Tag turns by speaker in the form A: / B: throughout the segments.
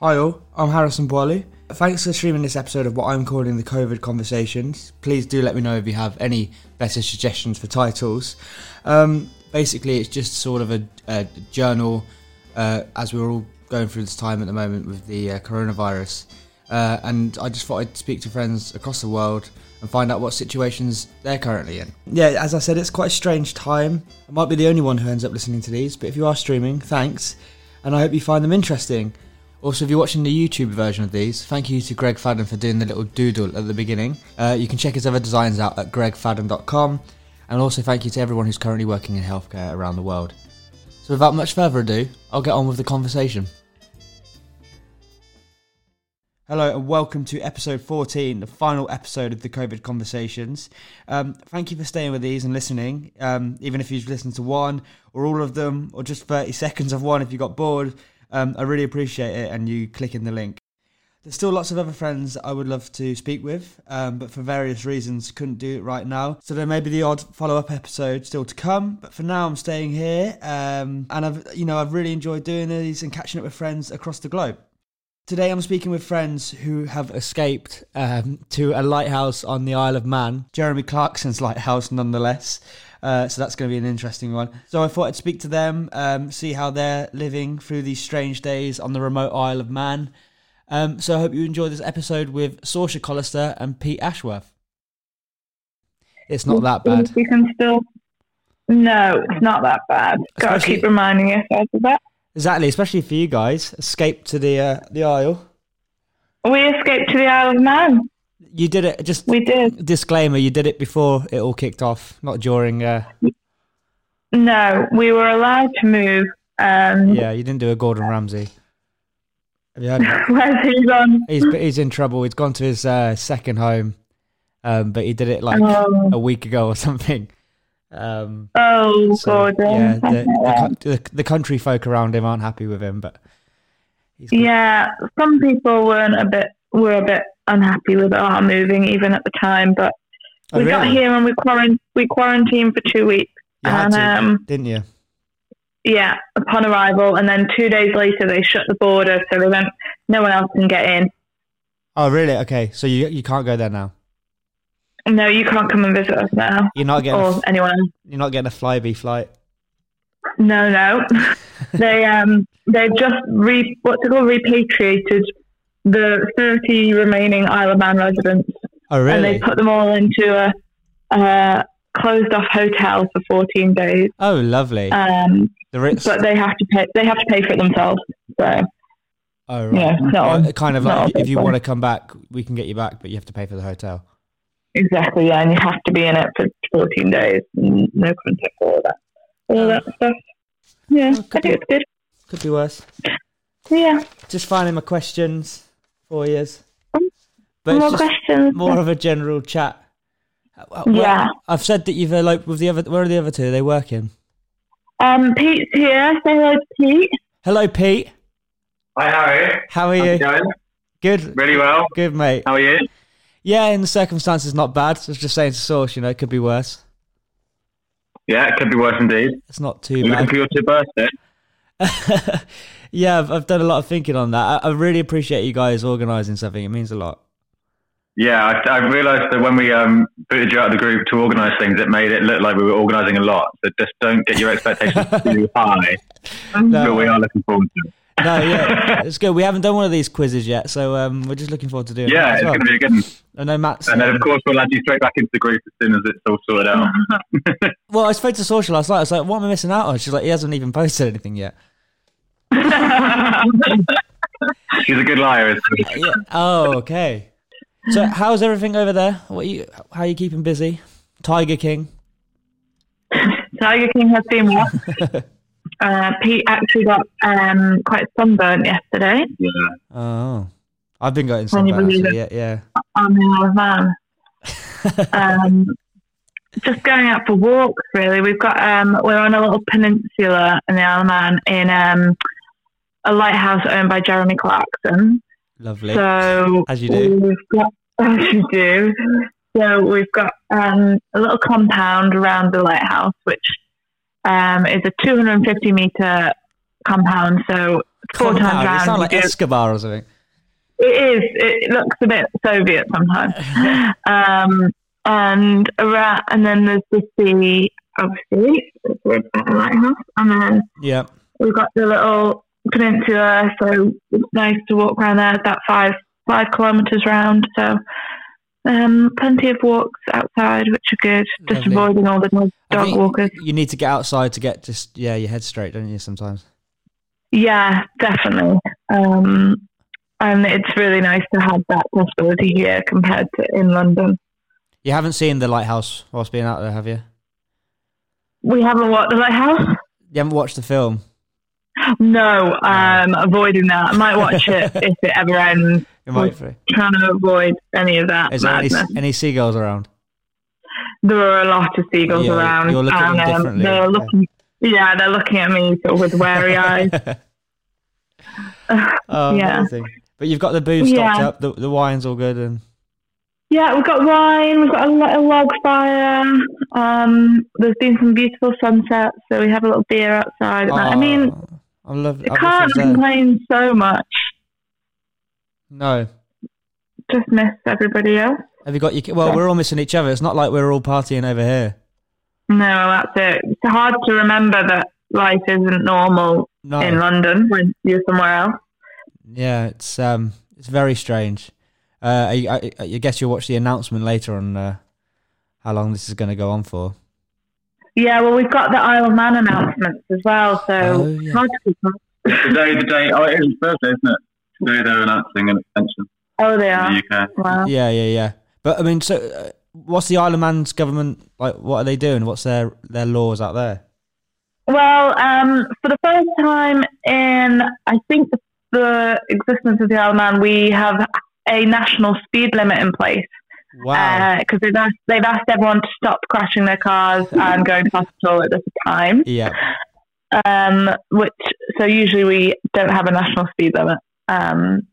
A: Hi all, I'm Harrison Boiley. Thanks for streaming this episode of what I'm calling the COVID conversations. Please do let me know if you have any better suggestions for titles. Um, basically, it's just sort of a, a journal uh, as we're all going through this time at the moment with the uh, coronavirus. Uh, and I just thought I'd speak to friends across the world and find out what situations they're currently in. Yeah, as I said, it's quite a strange time. I might be the only one who ends up listening to these, but if you are streaming, thanks. And I hope you find them interesting. Also, if you're watching the YouTube version of these, thank you to Greg Fadden for doing the little doodle at the beginning. Uh, you can check his other designs out at gregfadden.com. And also, thank you to everyone who's currently working in healthcare around the world. So, without much further ado, I'll get on with the conversation. Hello and welcome to episode 14, the final episode of the COVID conversations. Um, thank you for staying with these and listening, um, even if you've listened to one or all of them or just 30 seconds of one if you got bored. Um, I really appreciate it and you clicking the link. There's still lots of other friends that I would love to speak with, um, but for various reasons couldn't do it right now. So there may be the odd follow-up episode still to come, but for now I'm staying here, um, and I've you know I've really enjoyed doing these and catching up with friends across the globe. Today I'm speaking with friends who have escaped um, to a lighthouse on the Isle of Man, Jeremy Clarkson's lighthouse nonetheless. Uh, so that's going to be an interesting one. So I thought I'd speak to them, um, see how they're living through these strange days on the remote Isle of Man. Um, so I hope you enjoy this episode with Saoirse Collister and Pete Ashworth. It's not that bad.
B: We can still. No, it's not that bad. Got to
A: Especially-
B: keep reminding yourself of that.
A: Exactly, especially for you guys. Escape to the uh, the Isle.
B: We escaped to the Isle of Man.
A: You did it. Just
B: We did.
A: disclaimer: you did it before it all kicked off, not during. Uh,
B: No, we were allowed to move. Um,
A: Yeah, you didn't do a Gordon Ramsay. Have you heard? of it?
B: Where's he gone?
A: he's he's in trouble. He's gone to his uh, second home, um, but he did it like
B: Oh.
A: a week ago or something. Um,
B: Oh,
A: so,
B: Gordon.
A: yeah, the,
B: Something like that.
A: the, cou- the, the country folk around him aren't happy with him, but he's got-
B: Yeah, some people weren't a bit were a bit unhappy with our moving even at the time, but
A: Oh,
B: we got
A: really?
B: here and we quarant- we quarantined for two weeks.
A: You had
B: and
A: to,
B: um,
A: didn't you?
B: yeah, upon arrival, and then two days later they shut the border, so they went no one else can get in.
A: Oh, really? Okay, so you you can't go there now.
B: No, you can't come and visit us now,
A: You're not getting a,
B: or
A: f-
B: anyone else.
A: you're not getting a flyby flight.
B: No, no. they um they just re what's it called repatriated the thirty remaining Isle of Man residents,
A: Oh,
B: and
A: really?
B: they put them all into a, a closed off hotel for fourteen days.
A: oh, lovely.
B: Um,
A: the Ritz.
B: but they have to pay they have to pay for it themselves. So
A: Oh, right.
B: yeah, no,
A: Well, kind of
B: not
A: like
B: on
A: if you
B: paper.
A: want to come back, we can get you back, but you have to pay for the hotel.
B: exactly. Yeah, and you have to be in it for fourteen days. Mm, No contact, all of that, all of that stuff. Yeah,
A: Well,
B: I
A: could
B: think it's good.
A: Could be worse.
B: Yeah,
A: Just finding my questions for years. But
B: more
A: it's just
B: questions.
A: more of a general chat. Uh, well,
B: Yeah.
A: I've said that you've eloped with the other. Where are the other two? Are they working?
B: Um, Pete's here. Say hello to Pete.
A: Hello, Pete.
C: Hi, Harry.
A: How are
C: How's
A: you?
C: it going?
A: Good.
C: Really well.
A: Good, mate.
C: How are you?
A: Yeah, in the circumstances, not bad. I was just saying to Source, you know, it could be worse.
C: Yeah, it could be worse indeed.
A: It's not too
C: You looking
A: bad.
C: for your two birthday?
A: yeah, I've, I've done a lot of thinking on that. I, I really appreciate you guys organising something. It means a lot.
C: Yeah, I, I realised that when we um, booted you out of the group to organise things, it made it look like we were organising a lot. So just don't get your expectations too high.
A: No.
B: Mm-hmm.
C: But we are looking forward to it.
A: No, yeah, it's good. We haven't done one of these quizzes yet, so um, we're just looking forward to doing.
C: Yeah,
A: that as
C: it's
A: well.
C: going to be a good one.
A: I know Matt's.
C: And then,
A: um,
C: of course, we'll add you straight back into the group as soon as it's all sorted out.
A: well, I spoke to Social last night. I was like, "What am I missing out on?" She's like, "He hasn't even posted anything yet."
C: She's a good liar. Isn't she?
A: yeah. Oh, okay. So, how's everything over there? What are you? How are you keeping busy? Tiger King.
B: Tiger King has been what? uh, Pete actually got um, quite sunburnt yesterday
C: Yeah.
A: Oh, I've been getting
B: Can
A: some
B: you believe
A: actually. Yeah, yeah.
B: on the Isle of Man. Um, just going out for walks, really. We've got um, we're on a little peninsula in the Isle of Man in um, a lighthouse owned by Jeremy Clarkson.
A: Lovely.
B: So
A: As you do.
B: We've got, as you do. So we've got um, a little compound around the lighthouse, which um, is a 250 meter compound. So four
A: Compound.
B: times
A: You
B: round.
A: sound like
B: you do-
A: Escobar or something.
B: It is. It looks a bit Soviet sometimes. um, and a rat, and then there's the sea, obviously, with the lighthouse, and then
A: Yeah.
B: we've got the little peninsula. So it's nice to walk around there. That five five kilometers round. So. Um, plenty of walks outside, which are good. Just
A: Lovely.
B: avoiding all the dog
A: I think
B: walkers.
A: You need to get outside to get just yeah your head straight, don't you? Sometimes.
B: Yeah, definitely. Um, and it's really nice to have that possibility here compared to in London.
A: You haven't seen the lighthouse whilst being out there, have you?
B: We haven't walked the lighthouse.
A: You haven't watched the film.
B: No, um, avoiding that. I might watch it if it ever ends.
A: It might be.
B: Trying to avoid any of that
A: Is there any,
B: madness.
A: any seagulls around?
B: There are a lot of seagulls
A: You're-
B: around,
A: you're looking at them
B: and um,
A: differently,
B: they're
A: yeah.
B: looking. Yeah, they're looking at me sort of with wary eyes.
A: Oh,
B: Yeah.
A: amazing. But you've got the booze stocked
B: Yeah.
A: up. The, the wine's all good, and
B: Yeah, we've got wine, we've got a, lo- a log fire. Um, there's been some beautiful sunsets, so we have a little beer outside. and that. I mean,
A: Oh, I love.
B: I
A: I wish
B: can't
A: was there.
B: complain so much.
A: No.
B: Just miss everybody else.
A: Have you got your? ki- Well, we're all missing each other. It's not like we're all partying over here.
B: No, that's it. It's hard to remember that life isn't normal
A: No.
B: in London when you're somewhere else.
A: Yeah, it's um, it's very strange. Uh, I, I, I guess you'll watch the announcement later on uh, how long this is going to go on for.
B: Yeah, well, we've got the Isle of Man announcements as well, so
A: Oh, yeah.
B: it's hard to keep up.
C: Today, the day, oh, it is Thursday, isn't it? Today they're announcing an extension
B: Oh, they are.
C: in the UK.
B: Wow.
A: Yeah, yeah, yeah. But I mean, so uh, what's the Isle of Man's government like? What are they doing? What's their their laws out there?
B: Well, um, for the first time in, I think, the, the existence of the Isle of Man, we have a national speed limit in place.
A: Wow.
B: because they've asked they've asked everyone to stop crashing their cars and going to hospital at this time.
A: yeah.
B: Um, which so usually we don't have a national speed limit. Um,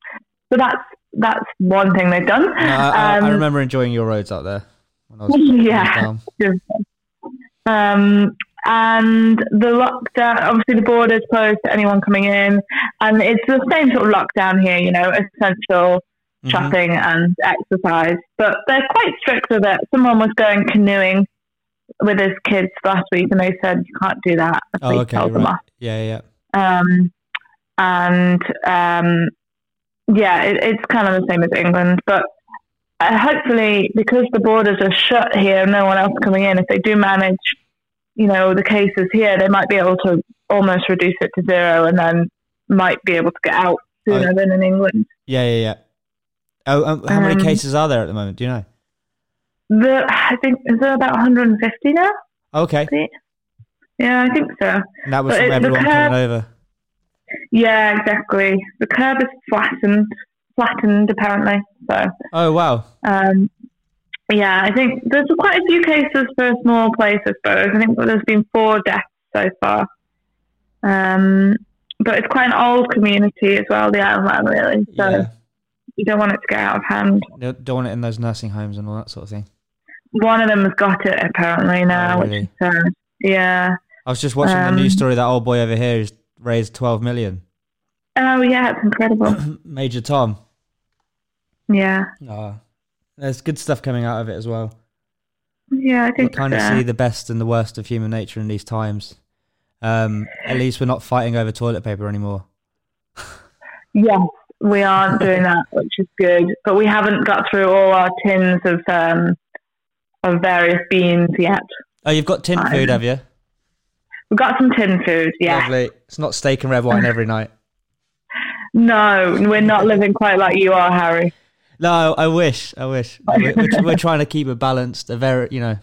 B: so that's that's one thing they've done.
A: No, I, I, I
B: um,
A: remember enjoying your roads out there. When I was
B: Yeah.
A: down.
B: Um, and the lockdown, obviously, the border's closed to anyone coming in, and it's the same sort of lockdown here. You know, essential
A: Mhm.
B: shopping and exercise, but they're quite strict with it. Someone was going canoeing with his kids last week, and they said you can't do that. The
A: Oh,
B: police
A: okay,
B: told them
A: right.
B: off.
A: Yeah, yeah.
B: Um, and um, yeah, it, it's kind of the same as England, but uh, hopefully, because the borders are shut here, no one else coming in. If they do manage, you know, the cases here, they might be able to almost reduce it to zero, and then might be able to get out sooner than in England.
A: Yeah, yeah, yeah. Oh, um, how many
B: Um,
A: cases are there at the moment? Do you know?
B: The, I think is there about 150 now?
A: Okay,
B: Is it? Yeah, I think so.
A: and that was
B: but
A: from
B: it- the
A: everyone
B: curve-
A: coming over.
B: Yeah, exactly. The curve is flattened, flattened apparently. So
A: Oh wow.
B: Um, yeah, I think there's quite a few cases for a small place, I suppose. I think there's been four deaths so far. Um, but it's quite an old community as well, the Isle of Man, really. So
A: Yeah.
B: you don't want it to get out of hand.
A: Don't don't want it in those nursing homes and all that sort of thing.
B: One of them has got it apparently now,
A: Oh,
B: which
A: really?
B: is sad. Yeah.
A: I was just watching the news
B: Um,
A: story. That old boy over here has raised twelve million.
B: Oh, yeah, it's incredible.
A: Major Tom.
B: yeah.
A: Ah, there's good stuff coming out of it as well.
B: Yeah, I
A: We
B: think uh,
A: kind of
B: so.
A: see the best and the worst of human nature in these times. Um, at least we're not fighting over toilet paper anymore.
B: Yes, we aren't doing that, which is good. But we haven't got through all our tins of um, of various beans yet.
A: Oh, you've got tin
B: Fine.
A: food, have you?
B: We've got some tin food, yeah.
A: Lovely. It's not steak and red wine every night.
B: No, we're not living quite like you are, Harry.
A: No, I wish. I wish. We're, we're, we're trying to keep a balanced, a very, you know,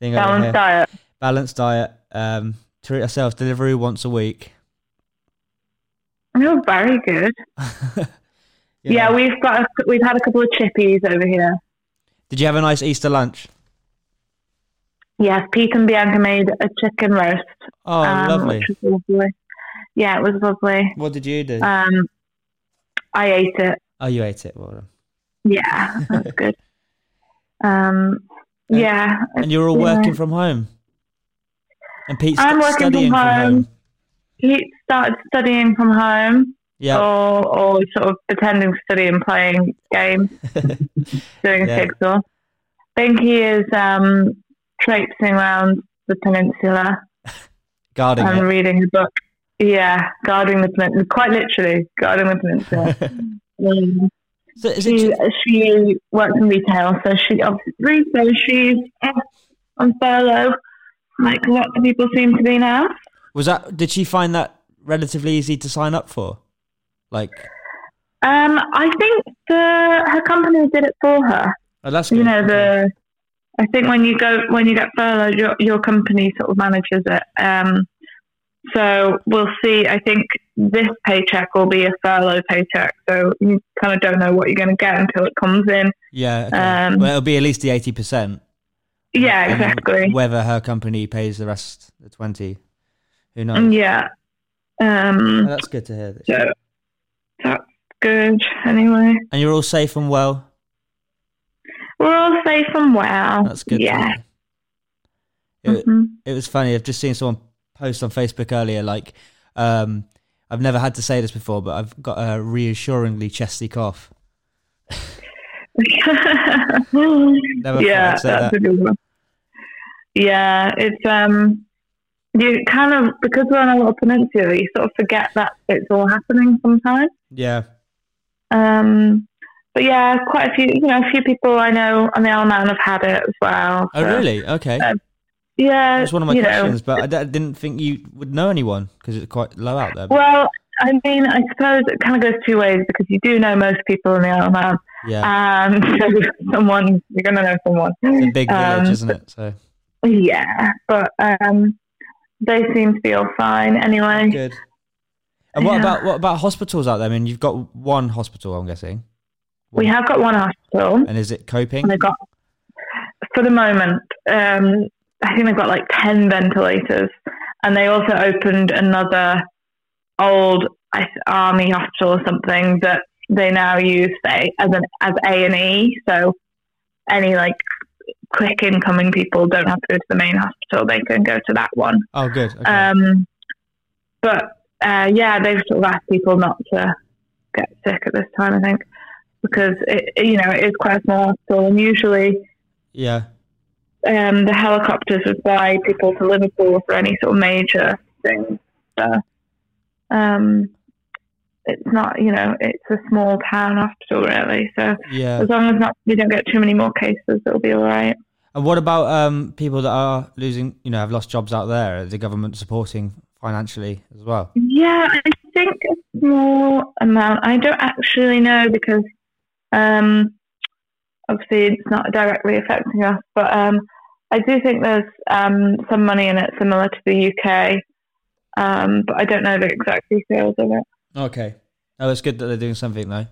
A: thing over
B: Balanced
A: here.
B: diet.
A: balanced diet. Um, treat ourselves. Delivery once a week.
B: You're very good.
A: You
B: Yeah,
A: know.
B: we've got a, we've had a couple of chippies over here.
A: Did you have a nice Easter lunch?
B: Yes, Pete and Bianca made a chicken roast. um,
A: Oh, lovely.
B: Which was lovely. Yeah, it was lovely.
A: What did you do?
B: Um, I ate it.
A: oh, you ate it. Well done.
B: Yeah, that's good. Um,
A: And-
B: yeah,
A: And you're all
B: yeah.
A: working from home. And Pete's st-
B: I'm working
A: studying
B: from
A: from home.
B: home. he started studying from home
A: Yeah.
B: or, or sort of pretending to study and playing games, doing
A: Yeah.
B: jigsaw. I think he is um, traipsing around the peninsula
A: Guarding
B: and
A: it.
B: reading a book. Yeah, guarding the peninsula, quite literally, guarding the peninsula. Um,
A: so is it
B: she, she works in retail, so she obviously so she's off on furlough, like lots of people seem to be now.
A: was that did she find that relatively easy to sign up for? Like
B: Um, I think the her company did it for her.
A: oh, that's
B: You
A: good.
B: know the, I think when you go when you get furloughed, your your company sort of manages it. Um, so we'll see. I think this paycheck will be a furlough paycheck, so you kind of don't know what you're going to get until it comes in.
A: Yeah. Okay.
B: um,
A: well, it'll be at least the eighty percent.
B: Yeah,
A: And
B: exactly.
A: Whether her company pays the rest, the twenty, who knows?
B: Yeah. Um,
A: Oh, that's good to hear.
B: So that's good. Anyway,
A: And you're all safe and well.
B: we're all safe and well.
A: That's good. to
B: Yeah.
A: hear. It,
B: Mhm.
A: it was funny. I've just seen someone post on Facebook earlier. Like, um, I've never had to say this before, but I've got a reassuringly chesty cough. Never thought
B: yeah,
A: I'd say
B: that's
A: that.
B: a good one. Yeah, it's um, you kind of because we're on a little peninsula, you sort of forget that it's all happening sometimes.
A: Yeah.
B: Um, but yeah, quite a few, you know, a few people I know on the Isle of Man have had it as well.
A: Oh,
B: so-
A: really? Okay.
B: Uh, Yeah,
A: That was one of my
B: you know,
A: questions, but I d- I didn't think you would know anyone because it's quite low out there. but-
B: Well, I mean, I suppose it kind of goes two ways because you do know most people in the Isle of Man,
A: yeah.
B: um, so someone you're going to know someone.
A: It's a big village,
B: um,
A: isn't it? So
B: Yeah, but um, they seem to be all fine anyway.
A: good. And what
B: yeah.
A: about what about hospitals out there? I mean, you've got one hospital, I'm guessing.
B: We have got one hospital,
A: And is it coping?
B: and they've got for the moment. Um, I think they've got like ten ventilators, and they also opened another old I th- army hospital or something that they now use say, as an as A and E. So any like quick incoming people don't have to go to the main hospital; they can go to that one.
A: Oh, good. Okay.
B: Um, but uh, yeah, they've sort of asked people not to get sick at this time, I think, because it, it- you know it is quite a small hospital, and usually
A: yeah.
B: um, the helicopters would fly people to Liverpool for any sort of major thing. So um, it's not, you know, it's a small town hospital really. So
A: Yeah.
B: as long as not we don't get too many more cases, it'll be all right.
A: And what about um, people that are losing, you know, have lost jobs out there? Are the government supporting financially as well?
B: Yeah, I think a small amount. I don't actually know because um, obviously it's not directly affecting us, but um, I do think there's um, some money in it similar to the UK, um, but I don't know the exact details of it.
A: Okay. Oh, it's good that they're doing something though.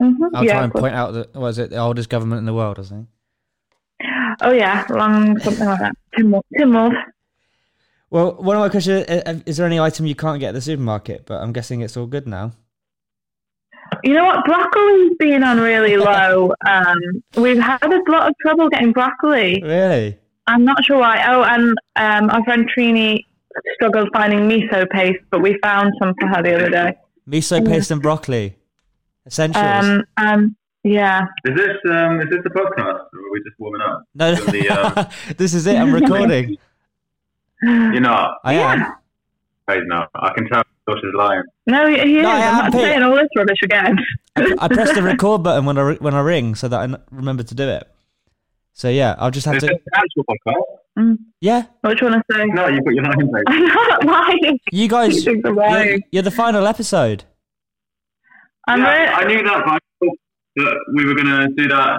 B: Mhm,
A: I'll
B: yeah,
A: try
B: of
A: and
B: course.
A: point out that was it the oldest government in the world, I think.
B: Oh yeah, long something like that. Tim Timwald.
A: Well, one of my questions uh, is, is there any item you can't get at the supermarket? But I'm guessing it's all good now.
B: You know what? Broccoli's been on really low. um, we've had a lot of trouble getting broccoli.
A: Really?
B: I'm not sure why. Oh, and um, our friend Trini struggled finding miso paste, but we found some for her the other day.
A: Miso paste and broccoli. Essentials.
B: Um, um, yeah.
C: Is this um, is this the podcast, or are we just warming up?
A: no, no.
C: the, uh,
A: this is it. I'm recording.
C: You're not.
A: I am.
C: He's not. I can tell. Josh is lying.
B: No, he he is.
A: No, I
B: I'm
A: am
B: not
A: paying-
B: saying all this rubbish again.
A: I press the record button when I re- when I ring so that I n- remember to do it. So yeah, I'll just have
C: Is this
A: to.
C: an actual podcast?
B: Mm,
A: Yeah,
B: Which one I say?
C: No, you've got your lying face.
B: I'm not lying.
A: you
B: You
A: guys.
B: think I'm
A: You're,
B: lying.
A: you're the final episode.
B: I'm
C: yeah,
B: really-
C: I knew that, but I thought that we were going to do that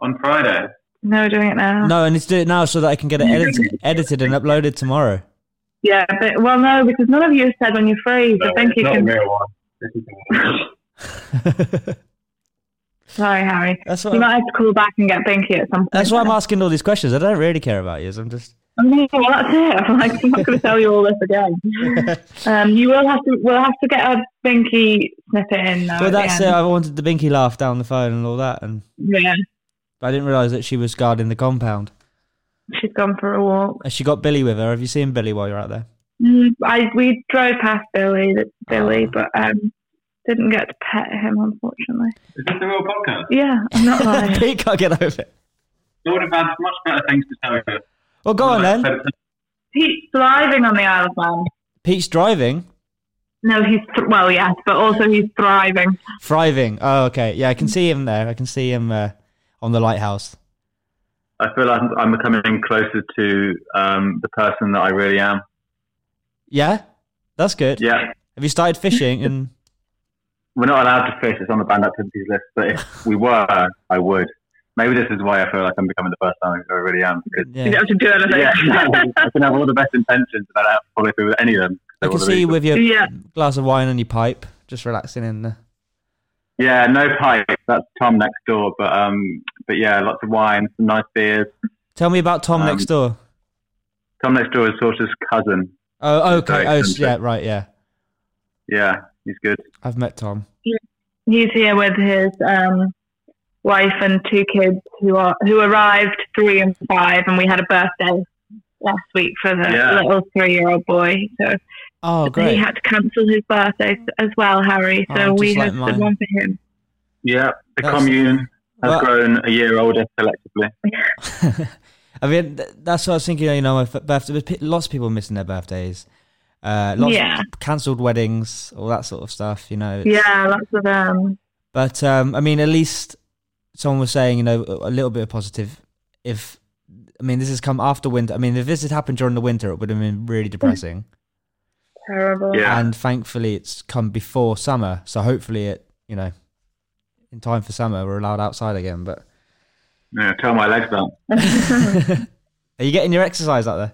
C: on Friday.
B: No, we're doing it now.
A: No, I need to do it now so that I can get it edit- edited and uploaded tomorrow.
B: Yeah, but well, no, because none of you said when you're free. So
C: No,
B: thank
C: it's
B: you.
C: not
B: Can...
C: a real one. This is a real one.
B: Sorry, Harry.
A: that's
B: You
A: what.
B: might have to call back and get Binky at some point.
A: That's why I'm asking all these questions. I don't really care about you. I'm just.
B: I mean, well, that's it. I'm like, I'm not going to tell you all this again. Um, you will have to. We'll have to get a binky snippet in. Though,
A: well,
B: at the
A: that's it.
B: end.
A: I wanted the Binky laugh down the phone and all that, and
B: Yeah,
A: but I didn't realise that she was guarding the compound.
B: she's gone for a walk.
A: And she got Billy with her. Have you seen Billy while you're out there?
B: Mm, I we drove past Billy, Billy,
A: Oh.
B: but um, didn't get to pet him unfortunately.
C: Is this a real podcast?
B: Yeah, I'm not lying.
A: Pete can't get over it.
C: I would have had much better things to tell you.
A: Well, go on then.
B: Pete's thriving on the Isle of Man.
A: Pete's driving,
B: No, he's th- well, yes, but also he's thriving.
A: thriving. Oh, okay. Yeah, I can see him there. I can see him uh, on the lighthouse.
C: I feel like I'm, I'm becoming closer to um, the person that I really am.
A: Yeah, that's good.
C: Yeah,
A: Have you started fishing? And
C: we're not allowed to fish. It's on the banned activities list. But if we were, I would. Maybe this is why I feel like I'm becoming the person I I really am. Because
B: You
A: yeah.
B: don't have to do anything.
C: yeah, I can have all the best intentions, but I don't follow through with any of them.
A: I can see you with your
B: Yeah.
A: glass of wine and your pipe, just relaxing in the.
C: Yeah, no pipe. That's Tom next door. But um, but yeah, lots of wine, some nice beers.
A: Tell me about Tom
C: Um,
A: next door.
C: Tom next door is Sorcerer's cousin.
A: Oh, okay.
C: very
A: Oh,
C: eccentric.
A: yeah, right. Yeah,
C: Yeah, he's good.
A: I've met Tom.
B: He's here with his um, wife and two kids who are who arrived three and five, and we had a birthday last week for the
C: Yeah.
B: little three-year-old boy. So
A: Oh,
B: he
A: great.
B: had to cancel his birthday as well, Harry. So
A: Oh,
B: we
A: just like
B: hosted
A: mine.
B: one for him.
C: Yeah, the
A: That's-
C: commune has
A: Well-
C: grown a year older collectively.
A: I mean, th- that's what I was thinking. You know, my f- birthday. There's pe- lots of people missing their birthdays. Uh, lots
B: Yeah.
A: of cancelled weddings, all that sort of stuff. You know. it's-
B: Yeah, lots of um,
A: But um, I mean, at least someone was saying, you know, a little bit of positive. If I mean, this has come after winter. I mean, if this had happened during the winter, it would have been really depressing.
B: terrible.
C: Yeah.
A: And thankfully, it's come before summer, so hopefully, it you know, in time for summer, we're allowed outside again. But
C: Yeah, tell my legs that.
A: are you getting your exercise out there?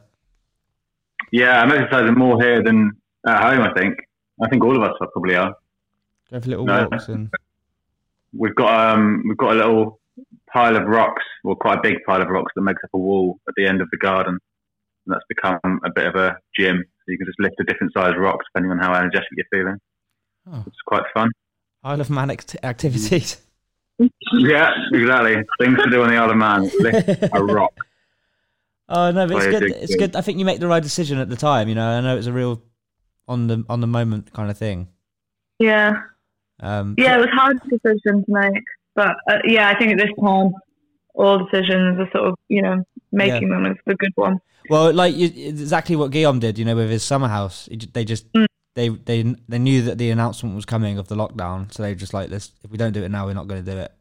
C: Yeah, I'm exercising more here than at home. I think. I think all of us are probably are.
A: Go for little
C: No.
A: walks and
C: We've got um, we've got a little pile of rocks, well, quite a big pile of rocks that makes up a wall at the end of the garden, and that's become a bit of a gym. So you can just lift a different size rock depending on how energetic you're feeling.
A: Oh.
C: It's quite fun.
A: Isle of Man act- activities.
C: Yeah, exactly. Things to do on the Isle of Man: lift a rock.
A: Oh no, but it's
C: Play a
A: good.
C: big
A: It's
C: game.
A: good. I think you make the right decision at the time. You know, I know it's a real on the on the moment kind of thing.
B: yeah.
A: Um,
B: Yeah, it was a hard decision to make, but uh, yeah, I think at this time, all decisions are sort of you know making them is the good one.
A: Well, like you, it's exactly what Guillaume did, you know, with his summer house. He ju- They just
B: Mm.
A: they they they knew that the announcement was coming of the lockdown, so they were just like, "This if we don't do it now, we're not going to do it."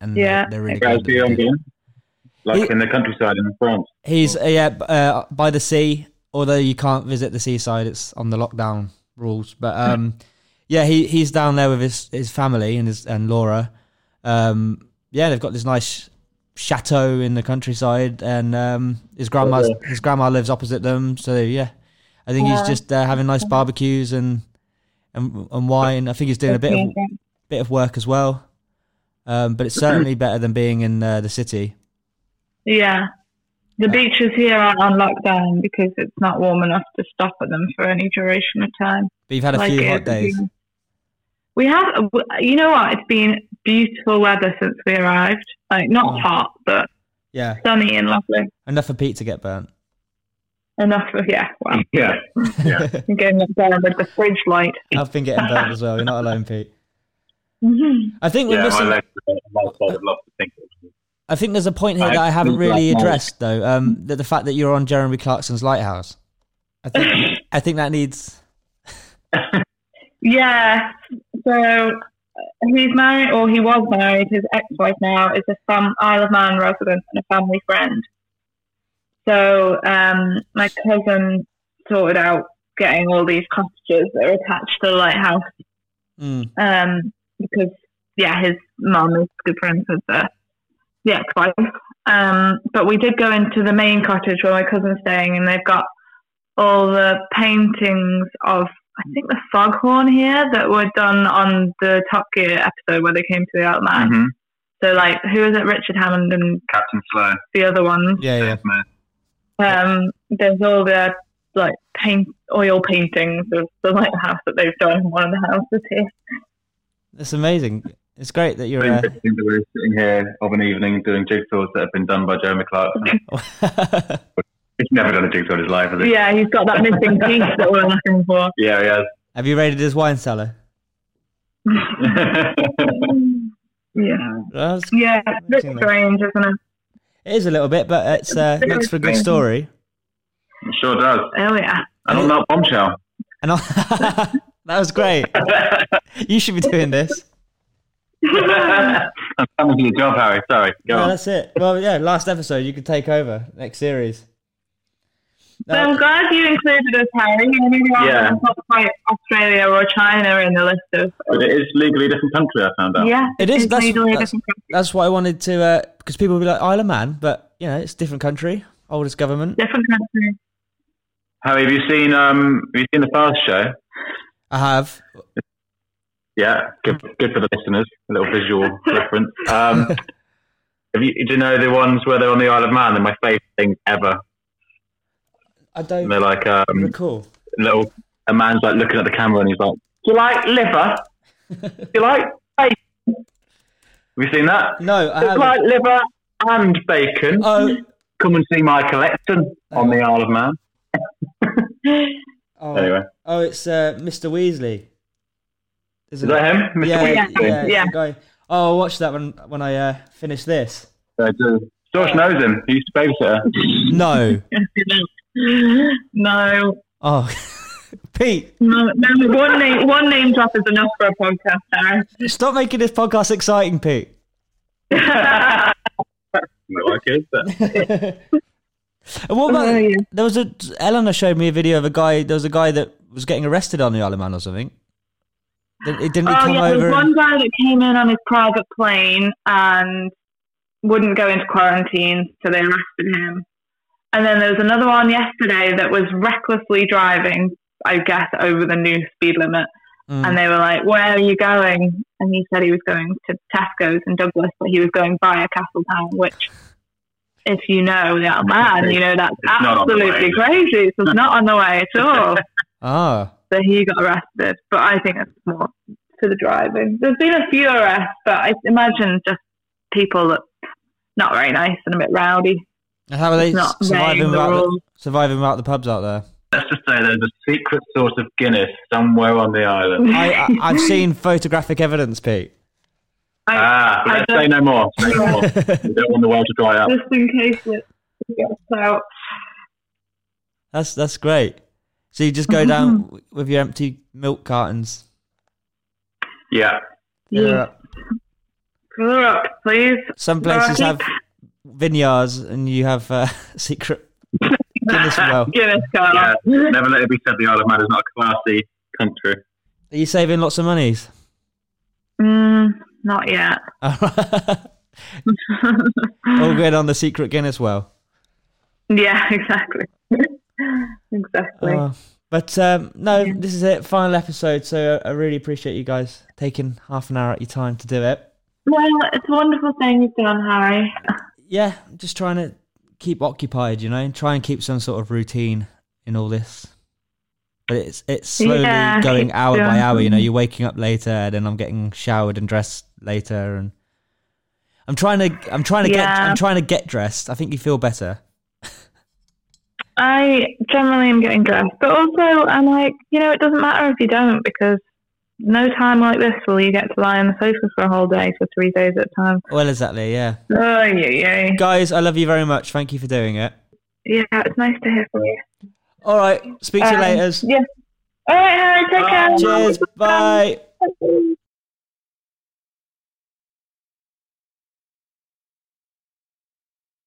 A: And they-
B: Yeah.
A: they're really
C: How's
A: good.
C: Guillaume doing? Like
A: He-
C: in the countryside in France.
A: He's uh, yeah b- uh, by the sea, although you can't visit the seaside; it's on the lockdown rules. But um, yeah, he he's down there with his his family and his and Laura. Um, yeah, they've got this nice chateau in the countryside, and um, his grandma's his grandma lives opposite them. So yeah, I think he's
B: Yeah.
A: just uh, having nice barbecues and and and wine. I think he's doing a bit of bit of work as well. Um, but it's certainly better than being in uh, the city.
B: Yeah, the beaches here are on lockdown because it's not warm enough to stop at them for any duration of time.
A: But you've had a
B: Like
A: few
B: it
A: hot
B: would
A: days.
B: be- We have, you know what? It's been beautiful weather since we arrived. Like not
A: Oh.
B: hot, but
A: Yeah,
B: sunny and lovely.
A: enough for Pete to get burnt.
B: Enough of yeah. Well,
C: Yeah.
B: I'm going up there with the fridge light.
A: I've been getting burnt as well. You're not alone, Pete.
B: hmm
A: I think we're
C: Yeah, my
A: missing.
C: legs are my side of love to think of.
A: I think there's a point here
C: I
A: that I haven't
C: think that's
A: really
C: my-
A: addressed, though. Um, that the fact that you're on Jeremy Clarkson's lighthouse. I think I think that needs.
B: Yeah. So uh, he's married, or he was married. His ex-wife now is a fam- Isle of Man resident and a family friend. So um, my cousin sorted out getting all these cottages that are attached to the lighthouse
A: Mm,
B: um, because yeah, his mum is good friends with the, the ex-wife. Um, but we did go into the main cottage where my cousin's staying, and they've got all the paintings of I think the foghorn here that were done on the Top Gear episode where they came to the Outland.
C: Mhm.
B: So like, who is it? Richard Hammond and
C: Captain Slow.
B: the other ones.
A: yeah, yeah.
B: Um, there's all the like paint oil paintings of the lighthouse that they've done in one of the houses here.
A: It's amazing. It's great that you're.
C: Very
A: Uh,
C: interesting that we're sitting here of an evening doing jigsaws that have been done by Jeremy Clarkson. He's never done a jigsaw in his life, has he?
B: Yeah, he's got that missing piece that we're looking for.
C: Yeah, he has.
A: Have you raided his wine cellar?
B: Yeah.
A: That's-
B: Yeah, it's a bit
A: Seen that.
B: strange, isn't it?
A: It is a little bit, but it's uh, makes for a good story.
C: It sure does.
B: Oh, yeah.
A: Uh,
C: And on that bombshell.
A: And I- that was great. You should be doing this.
C: I'm coming to your job, Harry. Sorry. Go
A: No,
C: on.
A: that's it. Well, yeah, last episode you could take over next series.
B: So I'm
A: No,
B: glad you included us, Harry. You know, maybe I
C: Yeah.
B: haven't put quite Australia or China in the list of.
C: But it is legally a different country, I found out.
B: Yeah,
A: It is,
B: it's
A: that's-
B: legally a
A: that's-
B: different country.
A: that's why I wanted to, because people would be like Isle of Man, but you know it's a different country, oldest government.
B: Different country.
C: Harry, have you seen um have you seen the Fast Show?
A: I have.
C: Yeah, good, good for the listeners. A little visual reference. Um, have you, do you know the ones where they're on the Isle of Man? They're my favourite things ever.
A: I
C: And
A: don't
C: they're like um,
A: recall.
C: little. A man's like looking at the camera and he's like, "Do you like liver? Do you like bacon? Have you seen that?
A: No, I
C: It's like
A: haven't.
C: liver and bacon.
A: Oh,
C: Come and see my collection on the Isle of Man.
A: oh,
C: Anyway,
A: oh, it's uh, Mr. Weasley.
C: is that him, Mr.
A: Yeah, yeah,
C: Weasley?
A: yeah,
B: Yeah.
A: the guy. Oh, I watched that when when I uh, finished this.
C: I do. Josh knows him. He used to babysitter.
A: No.
B: No,
A: Oh, Pete,
B: no, no. One name, one name drop is enough for a podcast, Harry.
A: stop making this podcast exciting, Pete.
C: Not like it, but
A: And what about
B: Oh, yeah.
A: there was a Eleanor showed me a video of a guy. There was a guy that was getting arrested on the Isle of Man or something. Did- It didn't he
B: Oh
A: come
B: yeah,
A: over. and-
B: there's one guy that came in on his private plane and wouldn't go into quarantine, so they arrested him. And then there was another one yesterday that was recklessly driving, I guess, over the new speed limit.
A: Mm.
B: And they were like, "Where are you going?" And he said he was going to Tesco's in Douglas, but he was going via Castletown, which, if you know that man, you know that's
C: It's not on the
B: absolutely
C: way.
B: crazy. So it's not on the way at all.
A: Ah,
B: So he got arrested. But I think it's more to the driving. There's been a few arrests, but I imagine just people that not very nice and a bit rowdy.
A: and how are they
B: Not
A: surviving
B: obeying the
A: without the,
B: rules.
A: surviving without the pubs out there?
C: let's just say there's a secret source of Guinness somewhere on the island.
A: I, I I've seen photographic evidence, Pete.
B: I,
C: Ah,
B: I
C: but let's
B: don't-
C: say no more. Say no more. we don't want the world to dry up.
B: just in case it gets out.
A: That's that's great. So you just go
B: Mm-hmm.
A: down w- with your empty milk cartons.
C: Yeah.
A: Fill her
B: Yeah.
A: up.
B: Clear up, please.
A: Some places
B: Right.
A: have vineyards, and you have uh, secret Guinness well.
B: Guinness card.
C: Yeah. Never let it be said the Isle of Man is not a classy country.
A: Are you saving lots of monies?
B: Mm, not yet.
A: All good on the secret Guinness well.
B: yeah, exactly. exactly.
A: Oh. But um, no, this is it, final episode. So I I really appreciate you guys taking half an hour at your time to do it.
B: well, it's a wonderful thing you've done, Harry.
A: Yeah, just trying to keep occupied, you know, and try and keep some sort of routine in all this. But it's it's slowly
B: Yeah,
A: going
B: it's,
A: hour by
B: um,
A: hour. You know, you're waking up later, and then I'm getting showered and dressed later, and I'm trying to I'm trying to get
B: Yeah.
A: I'm trying to get dressed. I think you feel better.
B: I generally am getting dressed, but also I'm like, you know, it doesn't matter if you don't because no time like this will you get to lie on the sofa for a whole day for three days at a time.
A: Well, exactly, yeah.
B: Oh, yeah, yeah.
A: Guys, I love you very much. Thank you for doing it.
B: Yeah, it's nice to hear from you.
A: All right, speak to you
B: Um,
A: later.
B: Yeah. All right, Harry, take care.
A: Cheers, bye.
B: Bye.